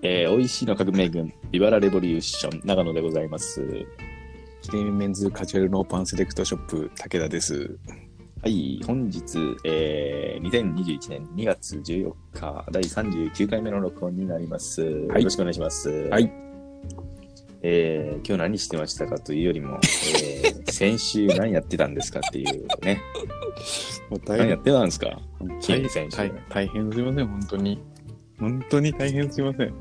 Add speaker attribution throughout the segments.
Speaker 1: 美味しいの革命軍、ビバラレボリューション、長野でございます。
Speaker 2: キレイメンズカジュアルノーパンセレクトショップ武田です。
Speaker 1: はい、本日、えー、2021年2月14日、第39回目の録音になります。
Speaker 2: い
Speaker 1: よろしくお願いします。
Speaker 2: は。い。
Speaker 1: えー、今日何してましたかというよりも、え ー、先週何やってたんですかっていう ね、
Speaker 2: もう
Speaker 1: 何
Speaker 2: 大
Speaker 1: やってたんですか
Speaker 2: 変
Speaker 1: キレイ選手
Speaker 2: 大大変すいません、本当に。本当に大変すいません。も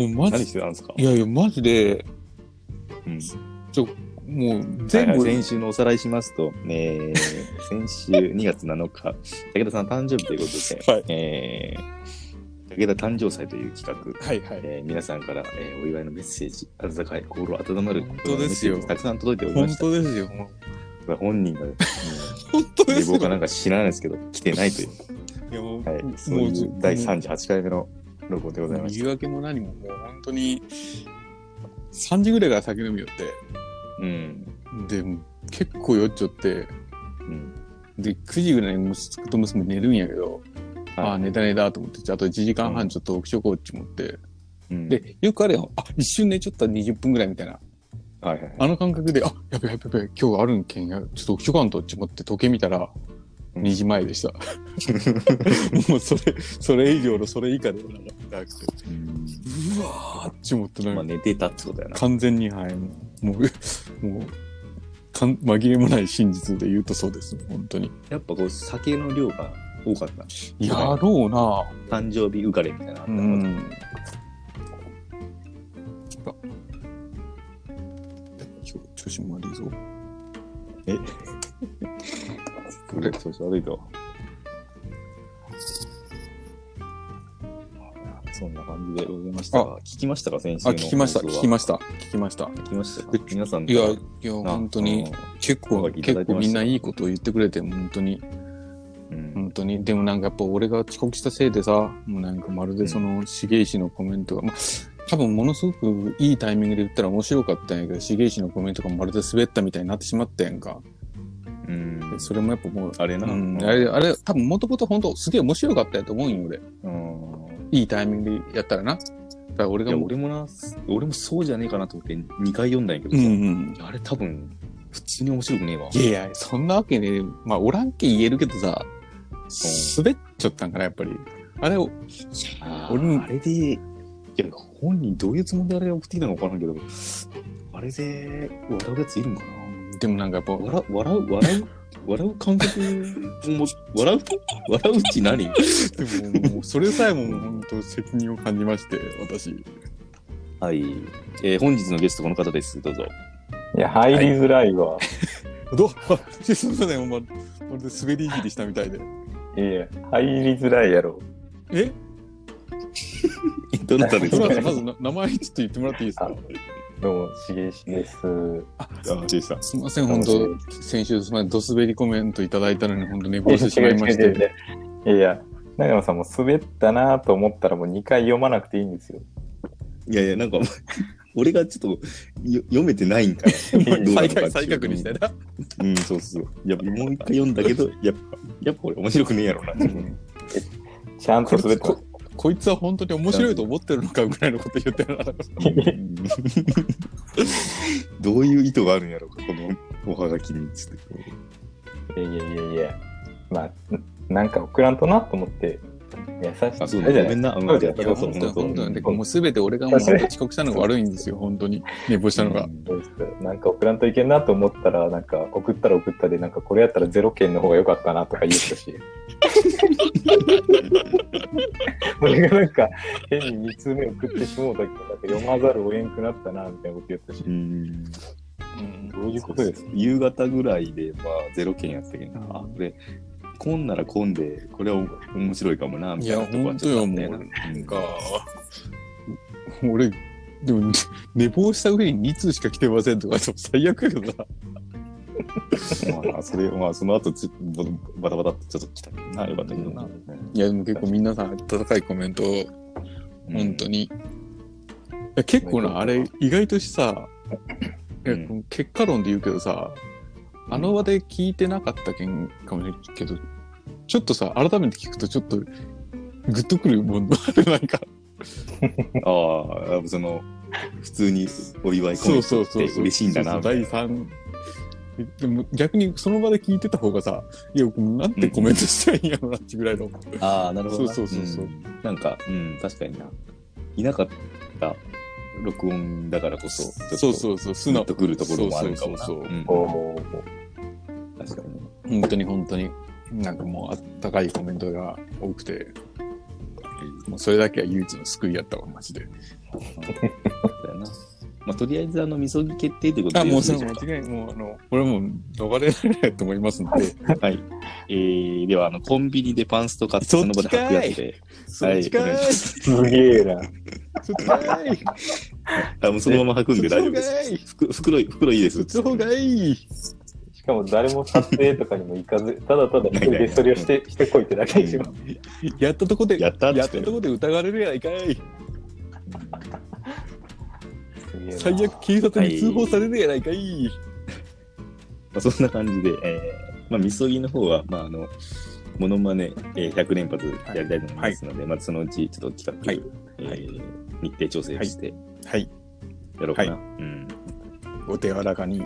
Speaker 2: うマ
Speaker 1: 何
Speaker 2: ジ
Speaker 1: し、てたんですか
Speaker 2: いやいや、マジで、
Speaker 1: うん
Speaker 2: もう
Speaker 1: はい
Speaker 2: 全
Speaker 1: はい
Speaker 2: 部、
Speaker 1: 先週のおさらいしますと、えー先週2月7日、武田さん誕生日ということで、
Speaker 2: はい
Speaker 1: えー武田誕生祭という企画、
Speaker 2: はいはい。
Speaker 1: えー皆さんから、えーお祝いのメッセージ、温かい心温まる
Speaker 2: 本当ですよ
Speaker 1: メッセージたくさん届いておりま
Speaker 2: 本
Speaker 1: した。
Speaker 2: 当ですよ。もう
Speaker 1: まあ本人 が、ね、
Speaker 2: 本当で
Speaker 1: 希
Speaker 2: す
Speaker 1: 望
Speaker 2: よ。
Speaker 1: かなんか知らないですけど、来てないという、
Speaker 2: いやもう
Speaker 1: はい、
Speaker 2: もう
Speaker 1: そういう第
Speaker 2: もう
Speaker 1: 38回目の録音でございまし。
Speaker 2: 言い訳も何も、もう本当に、3時ぐらいから酒飲みよった
Speaker 1: うん。
Speaker 2: て、で、もう結構酔っちゃって、
Speaker 1: うん。
Speaker 2: で、9時ぐらいに息子と娘寝るんやけど、ああ、寝た寝たと思って、あと1時間半ちょっと起きとこうって思って。
Speaker 1: うん、
Speaker 2: で、よくあれよ、あ、一瞬寝ちゃった20分ぐらいみたいな。
Speaker 1: はいはい。
Speaker 2: あの感覚で、あ、やべやべやべ、今日あるんけんや、ちょっと起きとかんとって思って時計見たら、
Speaker 1: うん
Speaker 2: 2時前で した。もうそれ、それ以上のそれ以下ではなくて。
Speaker 1: うん
Speaker 2: うわーって思ってなん
Speaker 1: ま
Speaker 2: か
Speaker 1: あ、寝てたってことやな。
Speaker 2: 完全に、はい、もう、もう、かん紛れもない真実で言うとそうです、本当に。
Speaker 1: やっぱこう、酒の量が多かった。
Speaker 2: やろうな
Speaker 1: 誕生日浮かれみたいなのあったのかな。
Speaker 2: ん。あ今日調子も悪いぞ。
Speaker 1: これ、調子悪いと。そんな感じでございましたが。聞きましたか、先週
Speaker 2: あ、
Speaker 1: の
Speaker 2: 聞きました、
Speaker 1: 放送
Speaker 2: 聞
Speaker 1: は
Speaker 2: きました、聞きました。
Speaker 1: 聞きましたか
Speaker 2: で
Speaker 1: 皆さん、
Speaker 2: いや、いや、本当に、結
Speaker 1: な
Speaker 2: 構、
Speaker 1: んかいただ
Speaker 2: 結
Speaker 1: いて
Speaker 2: 構
Speaker 1: ました
Speaker 2: みんないいことを言ってくれて、本当に、
Speaker 1: うんうん
Speaker 2: 本当に。でもなんかやっぱ俺が遅刻したせいでさ、もうなんかまるでその、重石のコメントが、まあ、多分ものすごくいいタイミングで言ったら面白かったんやけど、重石のコメントがまるで滑ったみたいになってしまったやんか。
Speaker 1: うん
Speaker 2: でそれもやっぱもう、
Speaker 1: あれな。
Speaker 2: うん、あれ、あれ、多分もともと本当すげえ面白かったやと思うんよ、俺。
Speaker 1: うん
Speaker 2: いいタイミングでやったらな。だから俺
Speaker 1: い
Speaker 2: が
Speaker 1: や、
Speaker 2: もう、
Speaker 1: 俺もな、俺もそうじゃねえかなと思って2回読んだんやけど
Speaker 2: うん
Speaker 1: さ、
Speaker 2: うん。
Speaker 1: あれ多分、普通に面白くねえわ。
Speaker 2: いやいや、そんなわけねえ。まあ、おらんけ言えるけどさ、滑っちゃったんかな、やっぱり。あれを、
Speaker 1: あ
Speaker 2: 俺も
Speaker 1: ーあれで、いや、本人どういうつもりであれ送ってきたのかわからんけど、あれで笑うやついるんかな
Speaker 2: でもなんかやっぱ、
Speaker 1: 笑う、笑う、笑う、笑う感覚も、笑う、笑ううち何
Speaker 2: でももう、それさえももう本当責任を感じまして、私。
Speaker 1: はい。えー本日のゲスト、この方です。どうぞ。
Speaker 3: いや、入りづらいわ。
Speaker 2: どうすみません、まるまるで滑りいじりしたみたいで。
Speaker 3: い、や、入りづらいやろ。
Speaker 2: え
Speaker 1: どなたです
Speaker 2: そ
Speaker 1: か
Speaker 2: らまずな名前ちょっと言ってもらっていいですか
Speaker 3: どうも、しげしです。
Speaker 1: あ、ジェイさん。
Speaker 2: すみません、本
Speaker 3: どうも
Speaker 2: 当先週すみません、ドスベリコメントいただいたのに、本当寝
Speaker 3: い
Speaker 2: 坊
Speaker 3: や
Speaker 2: してしまいまし
Speaker 3: 違う
Speaker 2: て。
Speaker 3: 違う違う違ういや、長野さんも滑ったなと思ったらもう2回読まなくていいんですよ。
Speaker 1: いやいや、なんか、俺がちょっとよ読めてないんかな。どうなのかって
Speaker 2: 再
Speaker 1: いう
Speaker 2: 確再確認したいな。
Speaker 1: うん、そうそう。いや、もう一回読んだけど、やっぱ、やっぱ俺面白くねえや ろな。
Speaker 3: ちゃんと
Speaker 2: こ
Speaker 3: 滑
Speaker 2: れ
Speaker 3: ってます
Speaker 2: ここいつは本当に面白いと思ってるのかぐらいのこと言ってるな。
Speaker 1: うんどういう意図があるんやろうか、このおはがきにつって。
Speaker 3: いやいやいやいや、まあ、なんか送らんとなと思って、優しい。
Speaker 1: あ、そう
Speaker 3: あ
Speaker 1: だ、
Speaker 3: れじゃ
Speaker 1: ご
Speaker 3: な
Speaker 1: め
Speaker 3: い
Speaker 1: んな。うん
Speaker 3: そうだよ
Speaker 1: いや
Speaker 3: そ
Speaker 2: 本
Speaker 3: う
Speaker 2: 当に
Speaker 3: そう
Speaker 2: 本当に
Speaker 3: そう
Speaker 2: もうすべて俺がもう本当遅刻したのが悪いんですよ、本当に。寝坊したのが。
Speaker 3: どうですかなんか送らんといけんなと思ったら、なんか送ったら送ったで、なんかこれやったらゼロ件の方が良かったなとか言ってたし。 俺がなんか変に2通目送ってしもうたけど、なんか読まざるを得んくなったなみたいなこと言ってたし
Speaker 1: う。ん
Speaker 2: うん
Speaker 3: どういうことですか
Speaker 1: 夕方ぐらいで、まあ、ゼロ件やったけどな、
Speaker 2: うん
Speaker 1: あ、これ、混んなら混んで、これはお面白いかもな、みたいなとこはちょっとあったよな。
Speaker 2: なんか、俺、でも、ね寝坊した上に2通しか来てませんとか、最悪やけどな。
Speaker 1: うんまあ、それ、まあ、その後ち、バタバタっとちょっと来たけどな、よかったけどな。
Speaker 2: いや、でも結構皆さん、温かいコメントを、
Speaker 1: うん
Speaker 2: 本当に。いや結構な、あれ、意外としさ、いや
Speaker 1: う
Speaker 2: 結果論で言うけどさ、あの場で聞いてなかったけんかもしれんけど、ちょっとさ、改めて聞くと、ちょっと、グッとくるもんだなんか、
Speaker 1: ああ、その、普通にお祝いコメントって嬉しいんだな。
Speaker 2: そうそう第3でも逆にその場で聞いてた方がさ、いや、なんてコメントしたらいいんやろなってぐらいの。
Speaker 1: ああ、なるほどな。
Speaker 2: そうそうそうそうん
Speaker 1: なんか、うん、確かにな。いなかった録音だからこそ、ちょっと
Speaker 2: そうそうそう、素
Speaker 1: グッ
Speaker 2: 直。
Speaker 1: とくるところもあるかもな。
Speaker 2: そうそうそ
Speaker 1: う
Speaker 2: う
Speaker 1: ん
Speaker 3: おー
Speaker 1: 確かに。
Speaker 2: 本当に本当に、なんかもうあったかいコメントが多くて、もうそれだけは唯一の救いやったわ、マジで。
Speaker 1: だよな。まあ、とりあえず、あの、みそぎ決定ってこと
Speaker 2: あ、
Speaker 1: で
Speaker 2: も
Speaker 1: よろ
Speaker 2: う
Speaker 1: しい
Speaker 2: そ
Speaker 1: でし
Speaker 2: れ
Speaker 1: ょうか
Speaker 2: 間違い、もうあの、これはもう逃れられないと思いますので、
Speaker 1: はい。えー、では、あの、コンビニでパンスト買って、
Speaker 2: そっ
Speaker 1: その場
Speaker 2: ち
Speaker 1: で
Speaker 2: かい
Speaker 1: 履くやつで。
Speaker 2: そっちか
Speaker 1: お願
Speaker 2: い
Speaker 1: いし、ます
Speaker 3: すげえな。
Speaker 2: そっちかい、
Speaker 1: あ、もうそのまま履くんで大丈夫で
Speaker 2: そっちの方がい
Speaker 1: す
Speaker 2: い。
Speaker 1: 袋、袋い、袋いいで
Speaker 2: そっ
Speaker 1: す。
Speaker 2: ちの方がいい。
Speaker 3: しかも誰も撮影とかにも行かず、ただただ一人でそれをして、してこいってだけにします。
Speaker 2: やったとこで、
Speaker 1: やったっつ
Speaker 2: や
Speaker 1: っ
Speaker 2: ってたとこで疑われるやないかい。
Speaker 3: すげえな
Speaker 2: 最悪警察に通報されるやないかい。
Speaker 1: まあ、そんな感じで、えーまあ、みそぎの方は、まあ、あの、モノマネ、えー、100連発やりたいと思いますので、まあ、そのうちちょっと企画、
Speaker 2: はい
Speaker 1: えー
Speaker 2: はい
Speaker 1: 日程調整して
Speaker 2: はい、
Speaker 1: やろうかな。
Speaker 2: は
Speaker 1: うん。
Speaker 2: お手柔らかに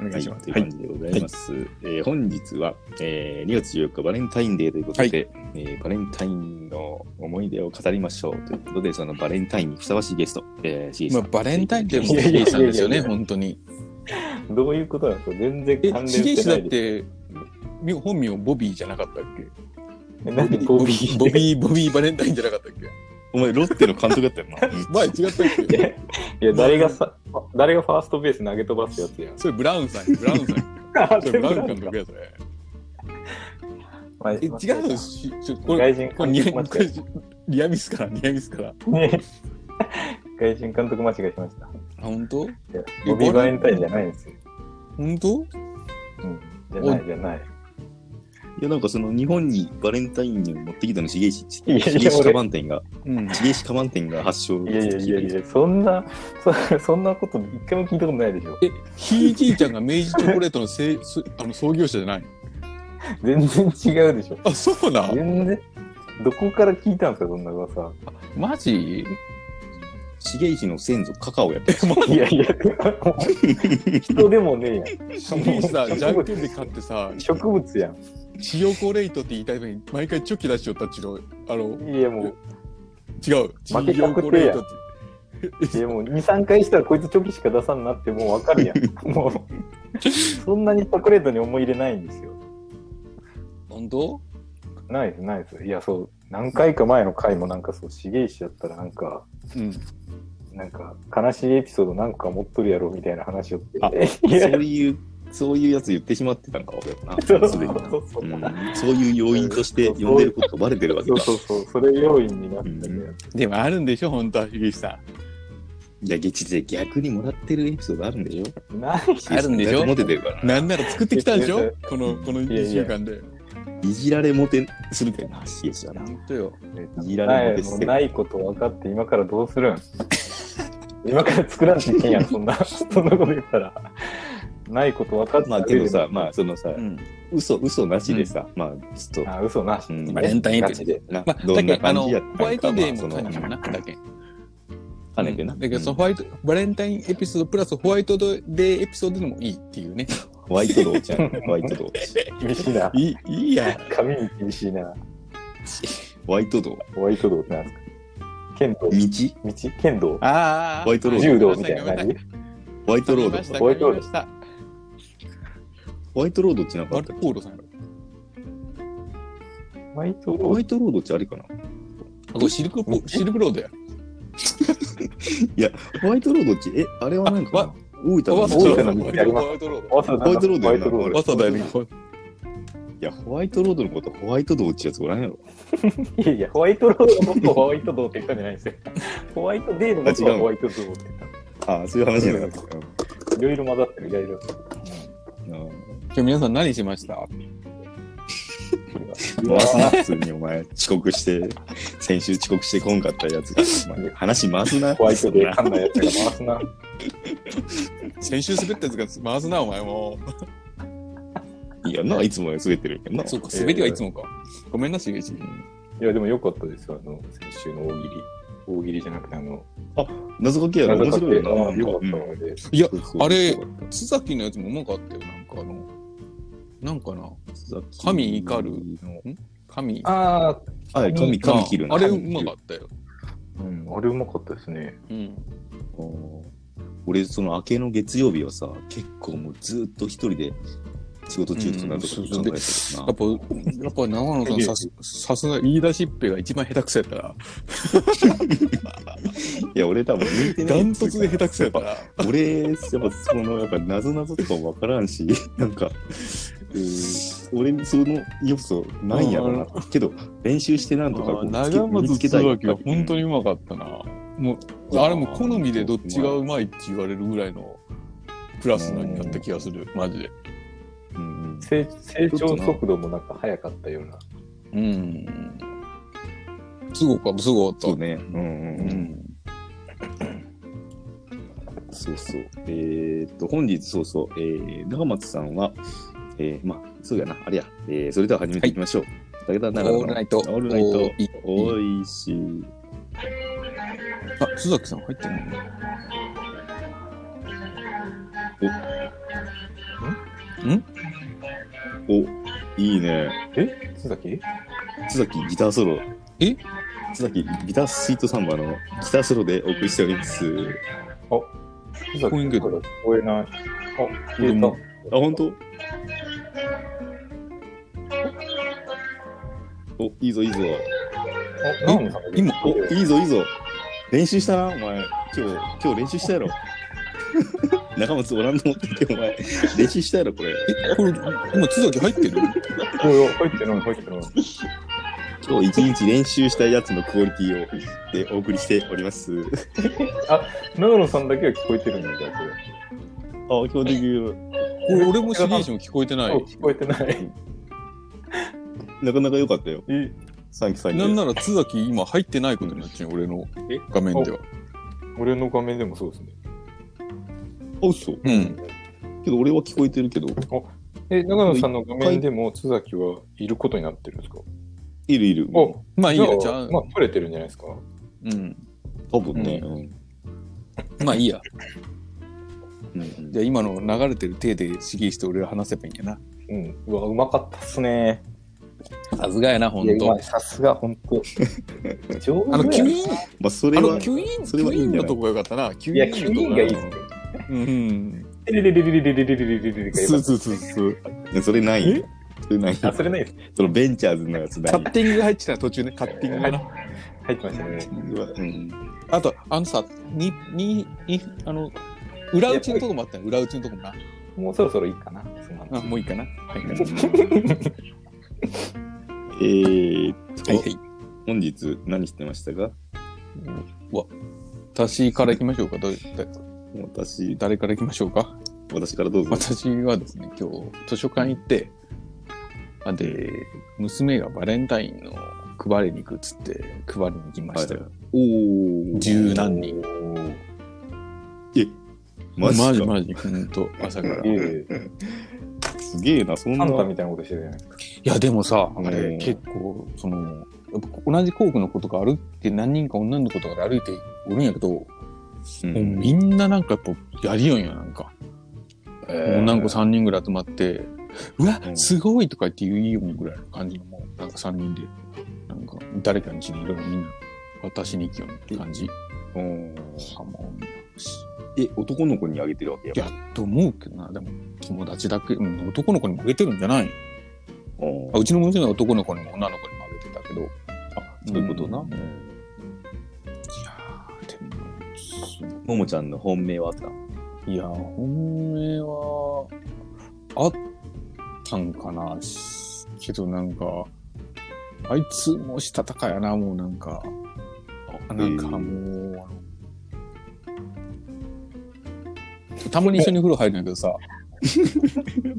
Speaker 2: お願
Speaker 1: はいい、
Speaker 2: します。
Speaker 1: という感じでございます。えー本日は、えー2月14日バレンタインデーということで、えーバレンタインの思い出を語りましょうということで、そのバレンタインにふさわしいゲスト、えー、シゲ
Speaker 2: ま
Speaker 1: さ
Speaker 2: あ、
Speaker 1: ん。
Speaker 2: バレンタインって
Speaker 1: い
Speaker 2: も
Speaker 1: やいや
Speaker 2: うシゲイさんですよ
Speaker 3: い
Speaker 2: ね、
Speaker 3: やいや
Speaker 2: 本当に。
Speaker 3: どういうことなんですか全然
Speaker 2: え
Speaker 3: 関、連
Speaker 2: シゲイ
Speaker 3: し
Speaker 2: 氏
Speaker 3: て
Speaker 2: だ
Speaker 3: な
Speaker 2: っ
Speaker 3: いで
Speaker 2: て、
Speaker 3: す。
Speaker 2: み本名ボビーじゃなかったっけ
Speaker 3: えなんでボビー
Speaker 2: ボビー、ボビーバレンタインじゃなかったっけ
Speaker 1: お前、ロッテの監督だった よな。
Speaker 2: 前違ったっ
Speaker 3: いや
Speaker 2: け
Speaker 3: いや、誰がさ、誰がファーストベース投げ飛ばすやつや。
Speaker 2: それブラウンさんや、ブラウンさんや。それブラウン監督や、それ。
Speaker 3: まあ
Speaker 2: え、違うのしちょこれ、
Speaker 3: 外人
Speaker 2: これニ
Speaker 3: 監
Speaker 2: ア
Speaker 3: 督間
Speaker 2: こ
Speaker 3: 違
Speaker 2: れリアミスから、リアミスから。
Speaker 3: えしました。外人監督間違えしました。
Speaker 2: あ、本当
Speaker 3: いやボビー・バレンタインじゃないんですよ。
Speaker 2: 本当
Speaker 3: うん、じゃないじゃない。
Speaker 1: いや、なんかその日本にバレンタインを持ってきたの、シゲイシ、シ
Speaker 3: いやいや
Speaker 1: ゲイシカバン店が、
Speaker 2: うん。
Speaker 1: シゲイシカバン店が発祥
Speaker 3: いやいやいやいや、そんな、そそんなこと一回も聞いたことないでしょ。
Speaker 2: え、ひいじいちゃんが明治チョコレートのせいすあの創業者じゃない
Speaker 3: 全然違うでしょ。
Speaker 2: あ、そうな。
Speaker 3: 全然、どこから聞いたんですか、そんな 噂。
Speaker 2: マジ
Speaker 1: シゲイシの先祖、カカオやった。
Speaker 3: いやいや、人でもねえ
Speaker 2: シゲイさ、じゃんけんで買ってさ
Speaker 3: やん。、植物や
Speaker 2: チヨコレイトって言いたいのに、毎回チョキ出しよったっちの、あの、
Speaker 3: ん。いやも
Speaker 2: 違う。チ
Speaker 3: 負け
Speaker 2: ヨコ
Speaker 3: 確定
Speaker 2: レイ
Speaker 3: や
Speaker 2: トっ
Speaker 3: う、いやもう、2、3回したらこいつチョキしか出さんなってもうわかる やん。もう、そんなにチョコレートに思い入れないんですよ。
Speaker 2: て。本当
Speaker 3: ないです、ないです。いや、そう、何回か前の回もなんかそう、茂石やったらなんか、
Speaker 2: うん。
Speaker 3: なんか悲しいエピソードなんか持っとるやろみたいな話を
Speaker 1: あ
Speaker 3: して いや
Speaker 1: そういう、そういうやつ言ってしまってたのか、俺はな。
Speaker 3: そう
Speaker 1: す
Speaker 3: そう
Speaker 1: でに。
Speaker 3: そうそうう、
Speaker 1: んそういう要因として呼んでることがバレてるわけ
Speaker 3: そ
Speaker 1: だ
Speaker 3: う。そうそうそれ要因になったけ
Speaker 1: う
Speaker 3: ど、
Speaker 1: ん
Speaker 2: でもあるんでしょ、本当は、ひげさ
Speaker 1: いや、月で逆にもらってるエピソードあるんでしょ
Speaker 3: ない
Speaker 2: あるんでしょ
Speaker 1: モテてるから
Speaker 2: ん。
Speaker 1: な。
Speaker 2: なんなら作ってきたんでし
Speaker 3: いや
Speaker 2: ょ
Speaker 3: い
Speaker 2: この、この
Speaker 3: いやい
Speaker 2: 1
Speaker 3: や
Speaker 2: 週間で。
Speaker 1: いじられモテするからな、シゲイシはな。
Speaker 2: 本当よ。
Speaker 1: いじら
Speaker 3: な
Speaker 1: れモテ
Speaker 3: いも
Speaker 1: し
Speaker 3: う
Speaker 1: てる。
Speaker 3: ないこと分かって今からどうするん 今から作らんといけんやんそんな そんなこと言ったらないこと分かって
Speaker 1: まあ、けどさ、まあ、そのさ、
Speaker 2: うん。
Speaker 1: 嘘、嘘なしでさ、まあ、ちょっと、
Speaker 3: あ嘘なし、
Speaker 1: うん
Speaker 2: バレンタイン
Speaker 3: ガ
Speaker 2: って
Speaker 3: チで
Speaker 1: な
Speaker 2: まあ、
Speaker 1: ど
Speaker 2: だ
Speaker 1: ん
Speaker 2: け
Speaker 1: な
Speaker 2: ど
Speaker 1: 感
Speaker 2: あの、
Speaker 1: じやったんか
Speaker 2: ホワイトデーも
Speaker 1: まあそ
Speaker 2: 関係
Speaker 1: の
Speaker 2: な、だけ。
Speaker 1: 兼ねてな。
Speaker 2: うんだけど、その
Speaker 1: うん
Speaker 2: ホワイト、バレンタインエピソードプラスホワイトデーエピソードでもいいっていうね。
Speaker 1: ホワイト道ちゃ ん、ホワイト道。
Speaker 3: 厳しいない
Speaker 2: い、いいや。
Speaker 3: 髪に厳しいな
Speaker 1: ホワイト道。
Speaker 3: ホワイト道ってなんですか剣道
Speaker 1: 道
Speaker 3: 道剣道
Speaker 2: ああ。
Speaker 1: ホワイトロード
Speaker 3: 柔道みたいな何
Speaker 1: ホワイトロー
Speaker 2: わかりました
Speaker 1: ド。
Speaker 3: ホワイトロ
Speaker 2: わか
Speaker 3: ード
Speaker 2: りました
Speaker 1: ホワイトロードってなか
Speaker 2: マ
Speaker 1: っ
Speaker 2: ル
Speaker 1: た
Speaker 2: コ
Speaker 1: っけ
Speaker 2: ポーロさんやろ。
Speaker 3: ホワイト
Speaker 1: ホ
Speaker 3: 道
Speaker 1: ワイトロードってあれかな
Speaker 2: あ、これシルクポ、シルクロードや。
Speaker 1: ホワイトロードって、え、あれはなんかな
Speaker 2: わ
Speaker 1: 大分の
Speaker 3: わそうだ
Speaker 1: の
Speaker 3: な
Speaker 1: 方
Speaker 2: ホ
Speaker 1: やりま
Speaker 2: ワイトロー
Speaker 3: ホ
Speaker 2: ド。
Speaker 3: ワイト
Speaker 1: ホワイトロードやな
Speaker 3: ホ
Speaker 1: こ
Speaker 3: ワイ
Speaker 1: れ
Speaker 2: わさだよね。
Speaker 1: いや、ホワイトロードのことホワイト道ってやつごらんやろ。
Speaker 3: いやいや、ホワイトロードのことをホワイト道って言ったんじゃないんですよ。ホワイトデーのことをホワイト道って言った。
Speaker 1: ああ、そういう話じゃなかった。
Speaker 3: いろいろ混ざってる、いろいろ。
Speaker 1: うん
Speaker 2: 今日皆さん何しました
Speaker 1: 回すな、普通にお前、遅刻して、先週遅刻してこんかったやつが、お前話回すな。
Speaker 3: ホワイトデー噛んだやつが回すな。
Speaker 2: 先週滑ったやつが回すな、お前もう。
Speaker 1: いや、ないつもより滑ってるけどな。
Speaker 2: そうか、滑りはいつもか。ごめんな、しげち。
Speaker 3: いや、でも良かったですよ、あの、先週の大喜利。大喜利じゃなくて、あの、
Speaker 1: 謎かけやろ面
Speaker 3: 謎か
Speaker 1: 白い
Speaker 3: け
Speaker 1: よな。
Speaker 3: うんよかった
Speaker 1: うん
Speaker 3: ので、
Speaker 2: いや
Speaker 1: そうそう
Speaker 2: あれ
Speaker 1: よかった
Speaker 2: 須崎のやつもうまかったよなんかあのなんかな
Speaker 1: 神
Speaker 2: 神怒る
Speaker 1: の。
Speaker 2: 神
Speaker 3: ああ、
Speaker 1: はい、神、神切る
Speaker 2: あれうまかったよ
Speaker 3: うん、あれうまかったですね。
Speaker 2: うん
Speaker 1: あー俺、その明けの月曜日はさ、結構もうずっと一人で仕事中とかなんとか考えてた
Speaker 2: やっぱやっぱ長野さんさすさすが言い出しっぺが一番下手くそやったら
Speaker 1: な。いや、俺多分向いてない
Speaker 2: ダントツで下手くそやった
Speaker 1: やっ
Speaker 2: ら
Speaker 1: ぱ俺、やっぱその、やっぱ謎謎とかもわからんし、 なんか、うーん俺にその要素ないやろな。けど、練習してなんとかこうつけ
Speaker 2: 長松
Speaker 1: 身につけたい
Speaker 2: 椿は本当にうまかったな、もうあれも好みでどっちがうまいって言われるぐらいのクラスになった気がするマジで
Speaker 1: うんうん
Speaker 3: 成成長速度もなんか早かったような。
Speaker 2: うんすごかすごかった
Speaker 1: そうね。うんうん
Speaker 2: う
Speaker 1: うん。
Speaker 2: ん
Speaker 1: そうそう。えーっと、本日、そうそう、えー、長松さんは、えー、まあ、そうやな、あれや、えー、それでは始めていきましょう。武田長野の
Speaker 2: オールナイト
Speaker 1: オールナイト、
Speaker 2: お
Speaker 1: おいしい。
Speaker 2: あ須崎さん入ってないの
Speaker 1: お、いいね。
Speaker 3: え須崎
Speaker 1: 須崎ギターソロ。
Speaker 2: え
Speaker 1: 須崎ギタースイートサンバのギターソロでお送りしております。
Speaker 3: 須
Speaker 2: こえんけ
Speaker 3: 崎
Speaker 2: ど
Speaker 3: 聞こえない。あ、
Speaker 2: ご
Speaker 3: 消えた
Speaker 2: めん。
Speaker 1: あ、本当お、いいぞいいぞ。
Speaker 3: あ、長野さんが出て
Speaker 2: 今
Speaker 1: お、いいぞいいぞ。練習したな、お前。今日、今日練習したやろ。 中松おらんの持ってきて、お前。練習したやろ、これ。
Speaker 2: えこれ今須崎入ってる
Speaker 3: きたおいおい入ってない、入ってない。
Speaker 1: 今日一日練習したやつのクオリティをでお送りしております。あ、
Speaker 3: 長野さんだけは聞こえてるんだよ、
Speaker 1: 今日できる。
Speaker 2: これ俺もシリーズも聞こえて
Speaker 3: そ
Speaker 2: な
Speaker 3: れ。
Speaker 2: い
Speaker 3: あ聞こえてない。
Speaker 1: なかなか良かったよ。
Speaker 3: え
Speaker 1: サンキューサンキ
Speaker 2: な
Speaker 1: ュ
Speaker 2: ん
Speaker 1: ー。
Speaker 2: なら津崎今入ってないことになっちゃうよ俺の
Speaker 1: え
Speaker 2: 画面では
Speaker 3: 俺の画面でもそうですね。
Speaker 1: おそう。
Speaker 2: うん
Speaker 1: けど俺は聞こえてるけど。
Speaker 3: え、長野さんの画面でも須崎はいることになってるんですか
Speaker 1: いるいる。
Speaker 3: お、
Speaker 2: まあいい
Speaker 3: じゃ
Speaker 2: やじゃ
Speaker 3: あ
Speaker 2: あ、
Speaker 3: まあ、取れてるんじゃないですか。
Speaker 2: うん
Speaker 1: 多分ね。
Speaker 3: う
Speaker 1: うんん。
Speaker 2: まあいいや
Speaker 1: うんうん
Speaker 2: じゃあ今の流れてる手でシゲイシと俺ら話せばいいんやな
Speaker 3: うん。うわ、うまかったっすね。
Speaker 2: さすがやなほ
Speaker 3: いや、うまいさすが、ほんと。上手
Speaker 2: あのキュイーン
Speaker 1: まあそれ
Speaker 2: あ
Speaker 1: は
Speaker 2: の、キュイーン
Speaker 1: そ
Speaker 2: キ
Speaker 1: れ
Speaker 2: ュ
Speaker 1: はい
Speaker 2: イ
Speaker 1: い
Speaker 2: ー
Speaker 1: ん
Speaker 2: ン
Speaker 1: じゃな
Speaker 2: の
Speaker 1: い
Speaker 2: とこが良かったなキュ
Speaker 3: いや、キュイーンがいいっすね。
Speaker 2: うん
Speaker 3: リリリリリリリリリリリリがよ
Speaker 1: そ
Speaker 3: か
Speaker 1: う
Speaker 3: っ
Speaker 1: そうそうそう。それないよ。それないよ
Speaker 3: た。あ、それないです。
Speaker 1: そのベンチャーズのやつない
Speaker 2: カ
Speaker 1: よ。
Speaker 2: ッティングが入ってた途中ねカッティングがな
Speaker 3: 入ってましたね。
Speaker 1: うん。
Speaker 2: あとあのさにににあの裏打ちのとこもあったよ裏打ちのとこもな
Speaker 3: もうそろそろいいかな。その
Speaker 2: あ
Speaker 3: 話
Speaker 2: もういいかなはいはい
Speaker 1: えー、
Speaker 2: はいはい
Speaker 1: 本日何してましたか
Speaker 2: 私から行きましょうかどうだ
Speaker 1: 私、
Speaker 2: 誰から行きましょうか
Speaker 1: 私からどうぞ。
Speaker 2: 私はですね今日図書館行ってあで娘がバレンタインの配りに行くっつって配りに行きましたよ、
Speaker 1: おー
Speaker 2: 十何人
Speaker 1: え、マジか。
Speaker 2: マジマジほんと朝からい
Speaker 3: ええ
Speaker 1: すげえな、そん
Speaker 3: サ
Speaker 1: な。
Speaker 3: ンタみたいなことしてるじゃないですか。
Speaker 2: やでもさ
Speaker 1: うん
Speaker 2: あれ結構そのやっぱ同じ校区の子とか歩いて何人か女の子とかで歩いておるんやけど、も
Speaker 1: う
Speaker 2: うんみんななんかやっぱやりよんやなんか、女の子3人ぐらい集まって「うわ
Speaker 1: うん
Speaker 2: すごい!」とか言って言いよんぐらいの感じのもうなんか3人でなんか誰かにちにいろいろみんな渡しに行きよんって感じ
Speaker 1: うん
Speaker 2: あもう
Speaker 1: え、男の子にあげてるわけや。
Speaker 2: やっと思うけどなでも友達だけ、うん、男の子にもあげてるんじゃない
Speaker 1: あー
Speaker 2: あうちの娘は男の子にも女の子にもあげてたけどいや
Speaker 1: あそういうことな。
Speaker 2: う
Speaker 1: うん
Speaker 2: ーでもす
Speaker 1: ももちゃんの本命はあった。
Speaker 2: いや、本命は、あったんかな。しけどなんか、あいつもしたたかやな、もうなんか。なんかもう、あの、たまに一緒に風呂入るんだけど さ、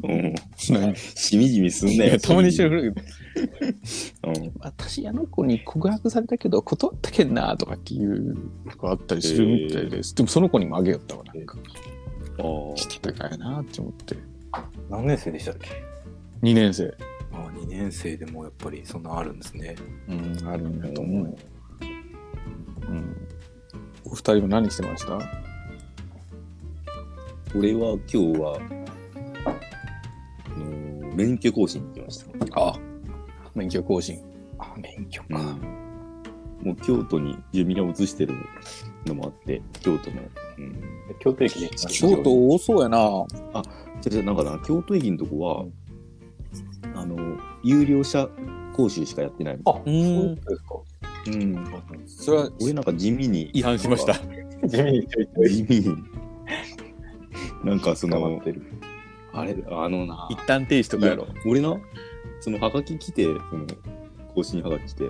Speaker 1: うん。
Speaker 2: なんか
Speaker 1: しみじみすんなよ。
Speaker 2: たまに一緒に風呂入るけど、
Speaker 1: うん。
Speaker 2: 私、あの子に告白されたけど、断ったけんな、とかっていうのがあったりするみたいです。でもその子にもあげよったわ、なんか。
Speaker 1: あー
Speaker 2: したたかやな、って思って。
Speaker 3: 何年生でしたっけ
Speaker 2: 2年生。
Speaker 3: あ2年生でもやっぱりそんなあるんですね。
Speaker 2: うん、あるんだと思うよ。うん。お二人は何してました
Speaker 1: 俺は今日は、あのー免許更新に行きました。
Speaker 2: あ免許更新。あ免許か。
Speaker 1: もう京都に住民が移してるのもあって、京都の、うん、
Speaker 3: 京都駅で行きまし
Speaker 2: 京都多そうやな。
Speaker 1: じゃあなんかな、京都駅のとこは、あの、有料車講習しかやってない。
Speaker 3: た。あ、
Speaker 2: う
Speaker 3: そう
Speaker 2: ー
Speaker 3: で
Speaker 2: ん。
Speaker 3: すか。
Speaker 1: うん。
Speaker 2: それは
Speaker 1: 俺なんか地味に、
Speaker 2: 違反しました。。
Speaker 3: 地味にちょいちょい
Speaker 1: 地味に。なんかそ
Speaker 3: 捕ま
Speaker 1: の
Speaker 3: っ、てる。
Speaker 1: あれ、あのな、
Speaker 2: 一旦停止とかやろ。
Speaker 1: 俺な、そのハガキ来て、その、更新ハガキ来て、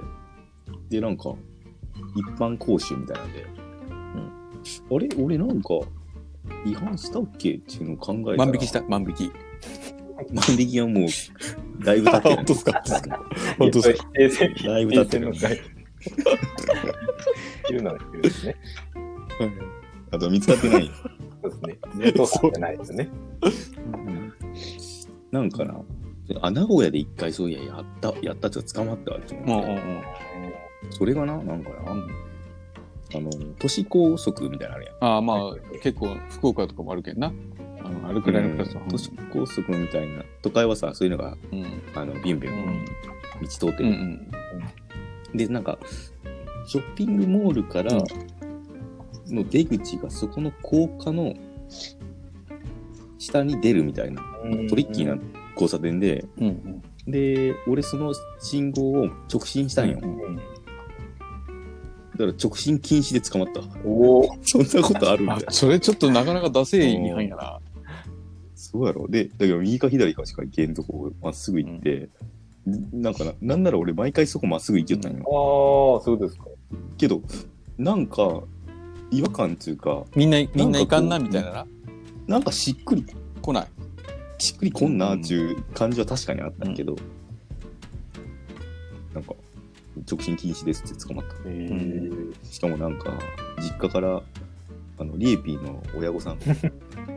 Speaker 1: で、なんか、一般講習みたいなんで、あれ俺なんか、違反したっけっていうのを考えたら。
Speaker 2: 万引きした、万引き。
Speaker 1: 万引きはもう、だいぶ経ってる
Speaker 2: 本 当っすか
Speaker 1: 本当っすか
Speaker 3: いやそれ否定せん
Speaker 1: だいぶ経ってる
Speaker 3: 否 定せんのかい言うなら言うんですね。
Speaker 1: あと見つかってない。
Speaker 3: そうですね。お父さんじゃないですね。
Speaker 1: なんかな、あ、名古屋で一回そういや、やった、やったっていうか捕まったわけ
Speaker 2: うんうんう
Speaker 1: ね。
Speaker 2: ん。
Speaker 1: それがな、なんかな、あの、あの都市高速みたいなのあるやん。
Speaker 2: ああ、まあ、結構、福岡とかもあるけんな。あの、あるくらいのクラスは。
Speaker 1: 都市高速みたいな、都会はさ、そういうのが、
Speaker 2: うん。
Speaker 1: あの、ビュンビュ
Speaker 2: う
Speaker 1: ン
Speaker 2: ん。
Speaker 1: 道通って
Speaker 2: う
Speaker 1: る。
Speaker 2: ん。
Speaker 1: で、なんか、ショッピングモールからの出口がそこの高架の下に出るみたいな、トリッキーな交差点で、
Speaker 2: うん。うん。
Speaker 1: で、俺その信号を直進したんよ。
Speaker 3: うん。
Speaker 1: だから直進禁止で捕まった。
Speaker 3: おお。
Speaker 1: そんなことあるみた
Speaker 2: あ
Speaker 1: い、な。
Speaker 2: それちょっとなかなか出せえ違反やな。
Speaker 1: そうやろ。で、だけど右か左かしか行けんとこまっすぐ行って、なんかな、なんなら俺毎回そこまっすぐ行きよったんよ。
Speaker 3: ああ、そうですか。
Speaker 1: けど、なんか、違和感っていうか、
Speaker 2: みんな、みんないかんな、みたいなな。
Speaker 1: なんかしっくり、
Speaker 2: 来ない。
Speaker 1: しっくりこんなっていう感じは確かにあったんやけど、なんか、直進禁止ですって捕まった。
Speaker 3: え
Speaker 2: ん
Speaker 1: しかもなんか、実家から、あの、リエピーの親 御さん、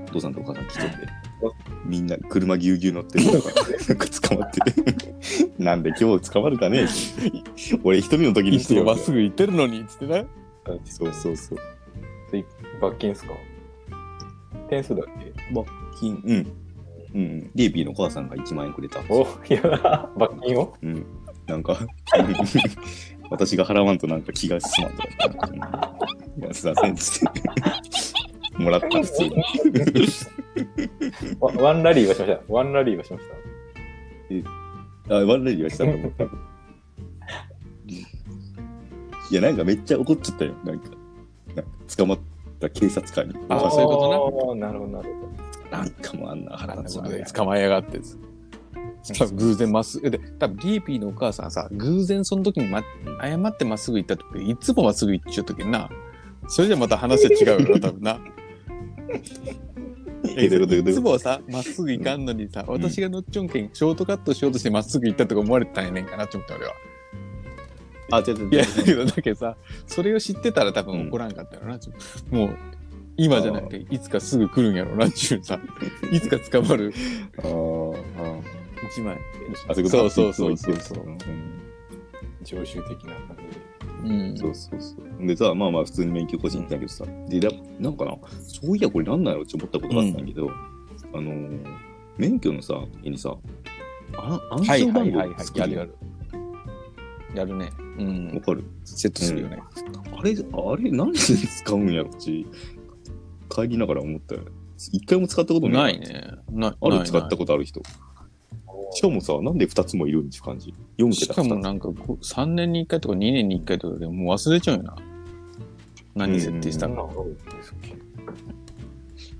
Speaker 1: お父さんとお母さん来てて、みんな車ぎゅうぎゅう乗ってるから、なんか捕まってて、なんで今日捕まるかねって俺一人の時にしてよ。
Speaker 2: まっすぐ行ってるのに、つってな。
Speaker 1: そうそうそう。
Speaker 3: 罰金ですか点数だっけ
Speaker 1: 罰金、うん。うん、リエピーのお母さんが1万円くれた。
Speaker 3: おいや、罰金を
Speaker 1: うん。なんか、私が払わんとなんか気が進まんとか言ってなんか、うんいやすいませんっつって。もらった普通に。
Speaker 3: ワワンラリーはしました。ワンラリーはしました。
Speaker 1: あ、ワンラリーはしたと思った。いや、なんかめっちゃ怒っちゃったよ。なんか、なんか捕まった警察官に。
Speaker 2: あーそういう
Speaker 3: ことな。なるほど、なるほ
Speaker 1: なんかもうあんな腹立つことで。
Speaker 2: 捕まえやがって。 多分偶然まっすぐ、で、多分リエピーのお母さんさ、偶然その時に、ま、誤ってまっすぐ行った時、いつもまっすぐ行っちゃう時にな。それじゃまた話は違う よな、多分な。
Speaker 1: えどういうことどういう
Speaker 2: い
Speaker 1: こと
Speaker 2: つもさ、まっすぐ行かんのにさ、私が乗っちょんけん、ショートカットしようとしてまっすぐ行ったとか思われてたんやねんかなって思った俺は。
Speaker 1: あ、違う違う
Speaker 2: い
Speaker 1: 違
Speaker 2: や、
Speaker 1: う。
Speaker 2: だけど、だけどさ、 それを知ってたら多分怒らんかったよな、ちょもう、今じゃなくて、いつかすぐ来るんやろな、っていうさ、いつか捕まる
Speaker 1: あー
Speaker 2: 一枚。
Speaker 1: あ、そういうこと
Speaker 2: そうそうそうそう
Speaker 1: そう。うん
Speaker 3: ど。常習的な感じで。
Speaker 2: うん
Speaker 1: そうそうそう。でさ、まあまあ普通に免許更新行ったけどさ、で、だなんかな、そういやこれなんなんやろって思ったことがあったんやけど、あのー、免許のさ、絵にさ、あ暗
Speaker 2: はい
Speaker 1: 証
Speaker 2: は
Speaker 1: 番
Speaker 2: い
Speaker 1: 号
Speaker 2: はいはい
Speaker 1: 作
Speaker 2: やる
Speaker 1: るや
Speaker 2: や
Speaker 1: ん
Speaker 2: るやるねう
Speaker 1: わ
Speaker 2: ん
Speaker 1: かる
Speaker 2: セットするよね、
Speaker 1: あれ、あれ、何で 使うんやろち、帰りながら思ったよ。一回も使ったことな。
Speaker 2: ないいねな
Speaker 1: あ
Speaker 2: いない
Speaker 1: る
Speaker 2: ない
Speaker 1: 使ったことある人。しかもさ、なんで2つもいるんって感じ。4
Speaker 2: し
Speaker 1: 桁
Speaker 2: かも
Speaker 1: 2つ。
Speaker 2: なんかこう3年に1回とか2年に1回とかでもう忘れちゃうよな何設定した
Speaker 3: そん
Speaker 2: か
Speaker 3: なのあるんですっけ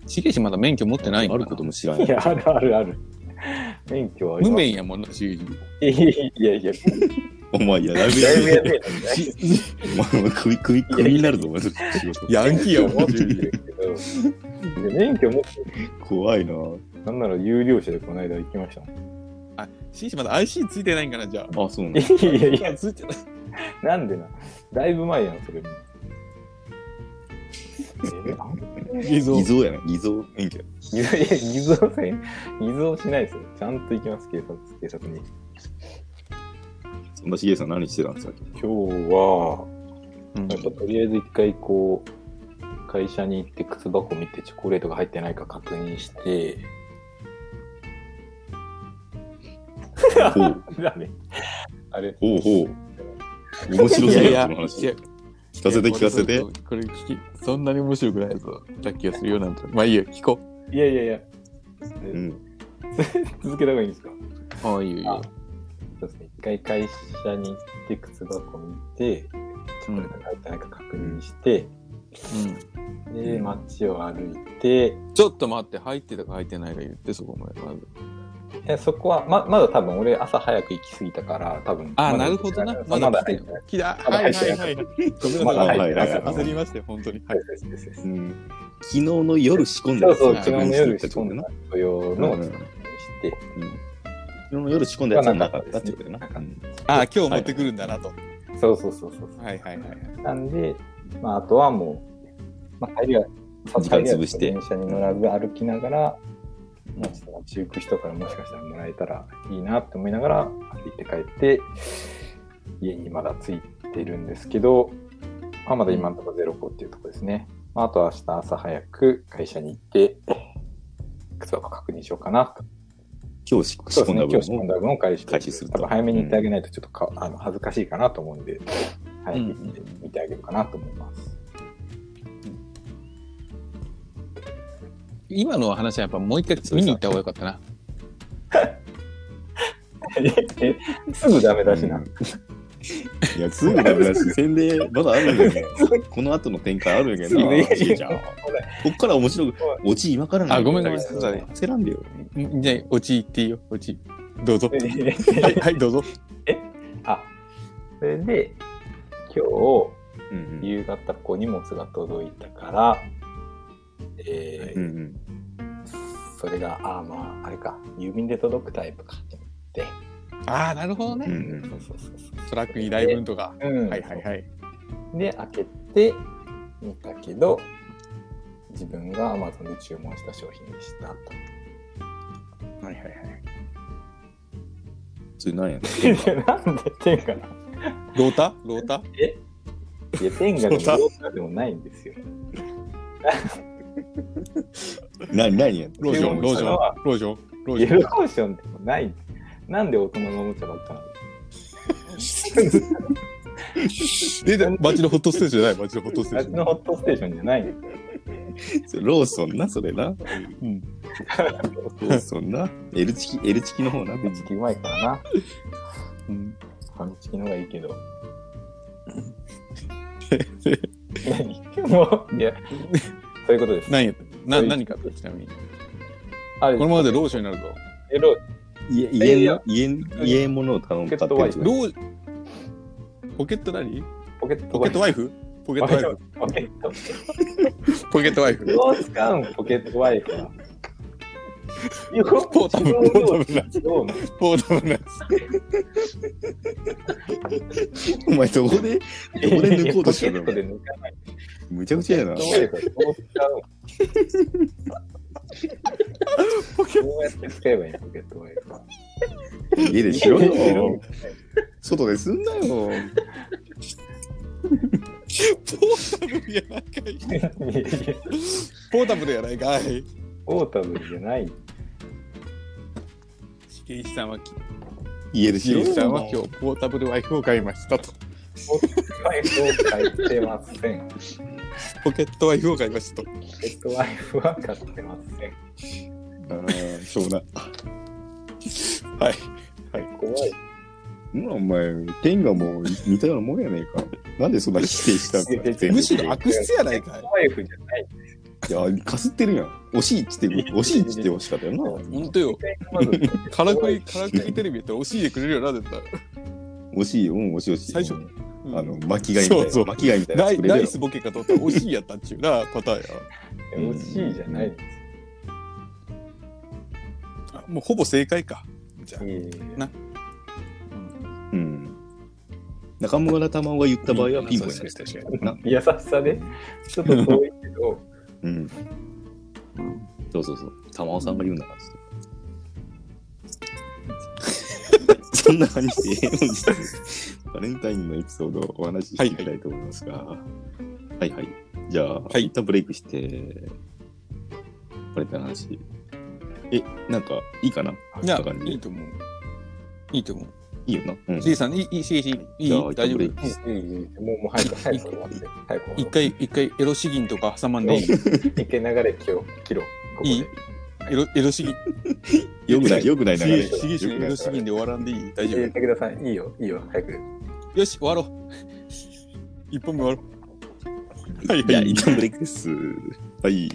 Speaker 2: しげしまだ免許持ってないんか
Speaker 1: あ
Speaker 2: な
Speaker 1: ることも知らんや
Speaker 3: いや、あるあるある。免許はあり
Speaker 2: 無
Speaker 3: ます
Speaker 2: 免やもんなしげし
Speaker 3: いやいや、
Speaker 1: お前、いや、だいぶや
Speaker 3: だいぶ
Speaker 1: る
Speaker 3: や
Speaker 1: や
Speaker 3: べえな。
Speaker 1: お前、首、首、首になるぞ、お前、それ 仕事。
Speaker 2: ヤンキーや
Speaker 3: 持
Speaker 2: も
Speaker 3: っ
Speaker 2: ん
Speaker 3: てるけど、で免許持って
Speaker 1: 怖いな。
Speaker 3: なんなら有料車でこの間行きましたもん。
Speaker 2: あしげしまだ IC ついてないんかなじゃ
Speaker 1: あ、そうなんだ。
Speaker 3: いやいやい
Speaker 2: あ
Speaker 3: や、
Speaker 2: ついてない
Speaker 3: なんでな。だいぶ前やん、それも。えー
Speaker 2: 偽造
Speaker 1: 偽造やな、偽造免許。
Speaker 3: 偽造いや偽造せん偽造しないですよ。ちゃんと行きます、警察警察に。
Speaker 1: そん なしげさん何してたんですか
Speaker 3: 今日は、
Speaker 2: うん
Speaker 3: なんかとりあえず一回こ会社に行って靴箱見てチョコレートが入ってないか確認 して、
Speaker 1: ほう
Speaker 3: だね。あれ、
Speaker 1: ほうほう。面白そう
Speaker 2: いやい
Speaker 1: や
Speaker 2: や
Speaker 1: この話。
Speaker 2: いや
Speaker 1: 聞かせて聞かせ
Speaker 2: い
Speaker 1: て
Speaker 2: や。これ聞き、そんなに面白くないぞ。ラッキーがするよなんて。まあいいよ、聞こ
Speaker 3: いやいやいや、
Speaker 1: うん。
Speaker 3: 続けた方がいいんですか
Speaker 2: う。ああ、いいよいいよ。
Speaker 3: そうですね。一回会社に行って靴箱見て、チョコレートが入ってないか確認して、
Speaker 2: う
Speaker 3: で、街を歩いて、
Speaker 2: ん。ちょっと待って、入ってたか入ってないか言って、そこまで。まず
Speaker 3: えそこはままだ多分俺朝早く行き過ぎたから多分
Speaker 2: ああ、
Speaker 3: まだ
Speaker 2: なるほどな。
Speaker 3: ま
Speaker 2: まだ
Speaker 3: だ
Speaker 2: 来て
Speaker 3: 入
Speaker 2: る
Speaker 3: ってない。
Speaker 2: 来た。
Speaker 3: まだ
Speaker 2: は
Speaker 3: 入
Speaker 2: いはいはい。ごめんなさい。
Speaker 3: ってないまだ入っ
Speaker 1: はいははい
Speaker 3: てないい
Speaker 2: 焦りまして、本当に。はい。
Speaker 3: ですですです
Speaker 1: うん昨日の夜仕込んだ
Speaker 3: そう
Speaker 1: やつ
Speaker 3: そう
Speaker 1: を確
Speaker 3: 昨日の
Speaker 1: 認するっ
Speaker 3: 夜
Speaker 1: て
Speaker 3: 仕
Speaker 1: こと
Speaker 3: 込
Speaker 1: だ
Speaker 3: ん
Speaker 1: な
Speaker 3: だ。用
Speaker 1: うん
Speaker 3: の
Speaker 1: う
Speaker 3: を
Speaker 1: ん
Speaker 3: し
Speaker 1: 昨
Speaker 3: て
Speaker 1: 日の夜仕込んだやつはなかったってことだな。うん
Speaker 2: ああ、今日持ってくるんだなと。
Speaker 3: そうそうそうそう
Speaker 2: はいはいはいはい。
Speaker 3: なんで、まあ、あとはもう、まあ、帰りは
Speaker 1: 時間潰して
Speaker 3: 電車に乗らず歩きながら、まあ、ちょっと街行く人からもしかしたらもらえたらいいなって思いながら歩いて帰って家にまだ着いてるんですけど、まあ、まだ今のところゼロ個っていうところですね、まあ、あとは明日朝早く会社に行って靴箱確認しようかなと
Speaker 1: 今日仕
Speaker 3: そうで
Speaker 1: 込
Speaker 3: す
Speaker 1: んだ分
Speaker 3: ね今日仕込ん
Speaker 1: を
Speaker 3: だ分を回収
Speaker 1: 回収すると
Speaker 3: 多分早めに行ってあげないとちょっとか、あの恥ずかしいかなと思うんで早く行って見てあげるかなと思います、
Speaker 2: 今の話はやっぱもう一回見に行った方がよかったな。
Speaker 3: えすぐダメだしな。
Speaker 1: いや、すぐダメだし、宣伝まだあるんだけど、この後の展開あるんだけどな、
Speaker 3: すぐ
Speaker 1: じいちゃん。 こっから面白く、オチ今からなんだ
Speaker 2: あごめんごめん
Speaker 1: だけど焦らんでよ。
Speaker 2: んじゃあ、おち行っていいよ、おち。どうぞ。は
Speaker 3: で
Speaker 2: い、はい、どうぞ。
Speaker 3: あ、それで、今
Speaker 1: うん
Speaker 3: 日、夕方、こう荷物が届いたから、え
Speaker 1: う
Speaker 3: ー
Speaker 1: んうん。
Speaker 3: それが、あーまあ、あれか、郵便で届くタイプかと思って。
Speaker 2: ああ、なるほどね。
Speaker 1: うんうん
Speaker 3: そうそうそうそう。
Speaker 2: トラックに台分とか。
Speaker 3: うん。
Speaker 2: はいはいはい。
Speaker 3: で、開けてみたけど、自分が Amazon で注文した商品でしたと。
Speaker 2: はいはいはい。
Speaker 1: それ何やねん
Speaker 3: でなんで天下なの
Speaker 2: ロータロータ
Speaker 3: いや、天下でも
Speaker 2: そうだ
Speaker 3: どうかでもないんですよ。
Speaker 1: 何何やねん
Speaker 2: ローション、ローション、ローション、ロー
Speaker 3: イエ
Speaker 2: ショ
Speaker 3: ロ
Speaker 2: ン。
Speaker 3: ーションでもない。なんで大人のおもちゃばっかなの
Speaker 2: え、で街のホットステーションじゃない街のホットステー
Speaker 3: 私
Speaker 2: シ
Speaker 3: の
Speaker 2: ョ
Speaker 3: ホットステーションじゃないよ。
Speaker 1: それローソンな、それな。ロ
Speaker 2: ン。うん。
Speaker 1: ーソンな。L チキ、L チキの方な。
Speaker 3: ファミチキうまいからな。
Speaker 2: うん
Speaker 3: ファミチキの方がいい けど。何もう、いや、そういうことです。
Speaker 2: 何やな何かちなみに。こ
Speaker 3: あれ
Speaker 2: のままでローションになるぞ。
Speaker 3: エロ、
Speaker 1: 家、
Speaker 3: いやい
Speaker 1: 家
Speaker 3: や
Speaker 1: の、家の、家物を頼むかってやつ
Speaker 2: ロー、ポケット何
Speaker 3: ポケット
Speaker 2: ポケットワイ
Speaker 3: フ。
Speaker 2: フポケットワイフ
Speaker 3: ポケット。
Speaker 2: ポケットワイフ
Speaker 3: どう使うんポケットワイフは。
Speaker 2: ポータブルポータブルな
Speaker 3: どうな
Speaker 2: ポータブルなや
Speaker 1: お前どこで、どこで抜こうとしてる
Speaker 3: ポケットで
Speaker 1: の
Speaker 3: 抜かない。
Speaker 1: むちゃくちゃやな
Speaker 3: ポ。ケットワイフはどう使うん
Speaker 2: つポケ
Speaker 3: どうやって使えばいいのポケットワイフは。
Speaker 1: 家でしろよ。外ですんなよ。
Speaker 2: ポータブルやないかい
Speaker 3: いやいや
Speaker 2: ポータブルやないかい
Speaker 3: ポータブルじゃない。
Speaker 2: ケイシさんはき
Speaker 1: 家でし
Speaker 2: シ
Speaker 1: ろ
Speaker 2: ケイシさんは
Speaker 1: よ。
Speaker 2: 今日ポータブルワイフを買いましたと
Speaker 3: ポケットワイフを買ってません。ポ
Speaker 2: ポケットワイフを買いましたと
Speaker 3: ケットワイフは買ってません。
Speaker 1: あーしょうもない。
Speaker 2: はい
Speaker 3: 怖い。
Speaker 1: まあお前、天がもう似たようなもんやねえか。なんでそんな否定したんだ
Speaker 2: むしろ悪質やないか
Speaker 3: ポケッ
Speaker 2: い
Speaker 3: トワイフじゃない。
Speaker 1: いや、かすってるやん。惜しいっつって、惜しいっつって惜しかったよな。
Speaker 2: ほんとよ
Speaker 3: まず
Speaker 2: からくりからくりテレビやったら教えてくれるよな絶対
Speaker 1: 惜しいよ、うん、惜しい惜しい。
Speaker 2: 最初
Speaker 1: あの、巻き貝みたいな。
Speaker 2: そうそう
Speaker 1: 巻き貝みたいな
Speaker 2: ナ
Speaker 1: やつ
Speaker 2: イ
Speaker 1: くれるや
Speaker 2: ナ
Speaker 1: ろ。
Speaker 2: イスボケかと思ったら惜しいやったっちゅうなパターンや
Speaker 3: 欲しいじゃないです。
Speaker 2: あもうほぼ正解かじゃあ
Speaker 3: いやいやいや
Speaker 2: な
Speaker 1: うん。中村玉緒が言った場合はピンポンやね
Speaker 2: 確かに
Speaker 1: な。
Speaker 3: 優しさで、ちょっと遠いけど、
Speaker 1: うん。そうそうそう。玉緒さんが言うんだから。 そんな感じで、本日、バレンタインのエピソードをお話ししていきたいと思いますが、はいはい。じゃあ、
Speaker 2: はい
Speaker 1: 一旦ブレイクして、これって話。え、なんか、いいかない
Speaker 2: や
Speaker 1: こんな感、じ
Speaker 2: いいと思う。いいと思う。
Speaker 1: いいよな。うん。
Speaker 2: シゲさん、いい、いい、シゲシゲいい、
Speaker 1: じゃあ
Speaker 2: 大
Speaker 1: 一旦
Speaker 2: 丈夫
Speaker 1: ブレイク
Speaker 2: もう
Speaker 3: いいいいもう、もう早く、早く終わって。早く終わって
Speaker 2: 一回、一回、エロ詩吟とか挟まんでいい。
Speaker 3: 一回流れ切ろう。切ろう。ここで
Speaker 2: いいエロ、エロ詩吟。
Speaker 1: よくない、よくない流
Speaker 2: シ
Speaker 1: れ
Speaker 2: ゲ
Speaker 1: よく
Speaker 2: シ
Speaker 1: ない
Speaker 2: ゲ
Speaker 1: 流
Speaker 2: シゲエ
Speaker 1: れ
Speaker 2: ロ。詩吟で終わらんでいい。大丈
Speaker 3: 言ってください。いいよ、いいよ、早く。
Speaker 2: 夫。よし、終わろう。一本目終わろう。はい
Speaker 1: いや、一旦ブレイクです。はい。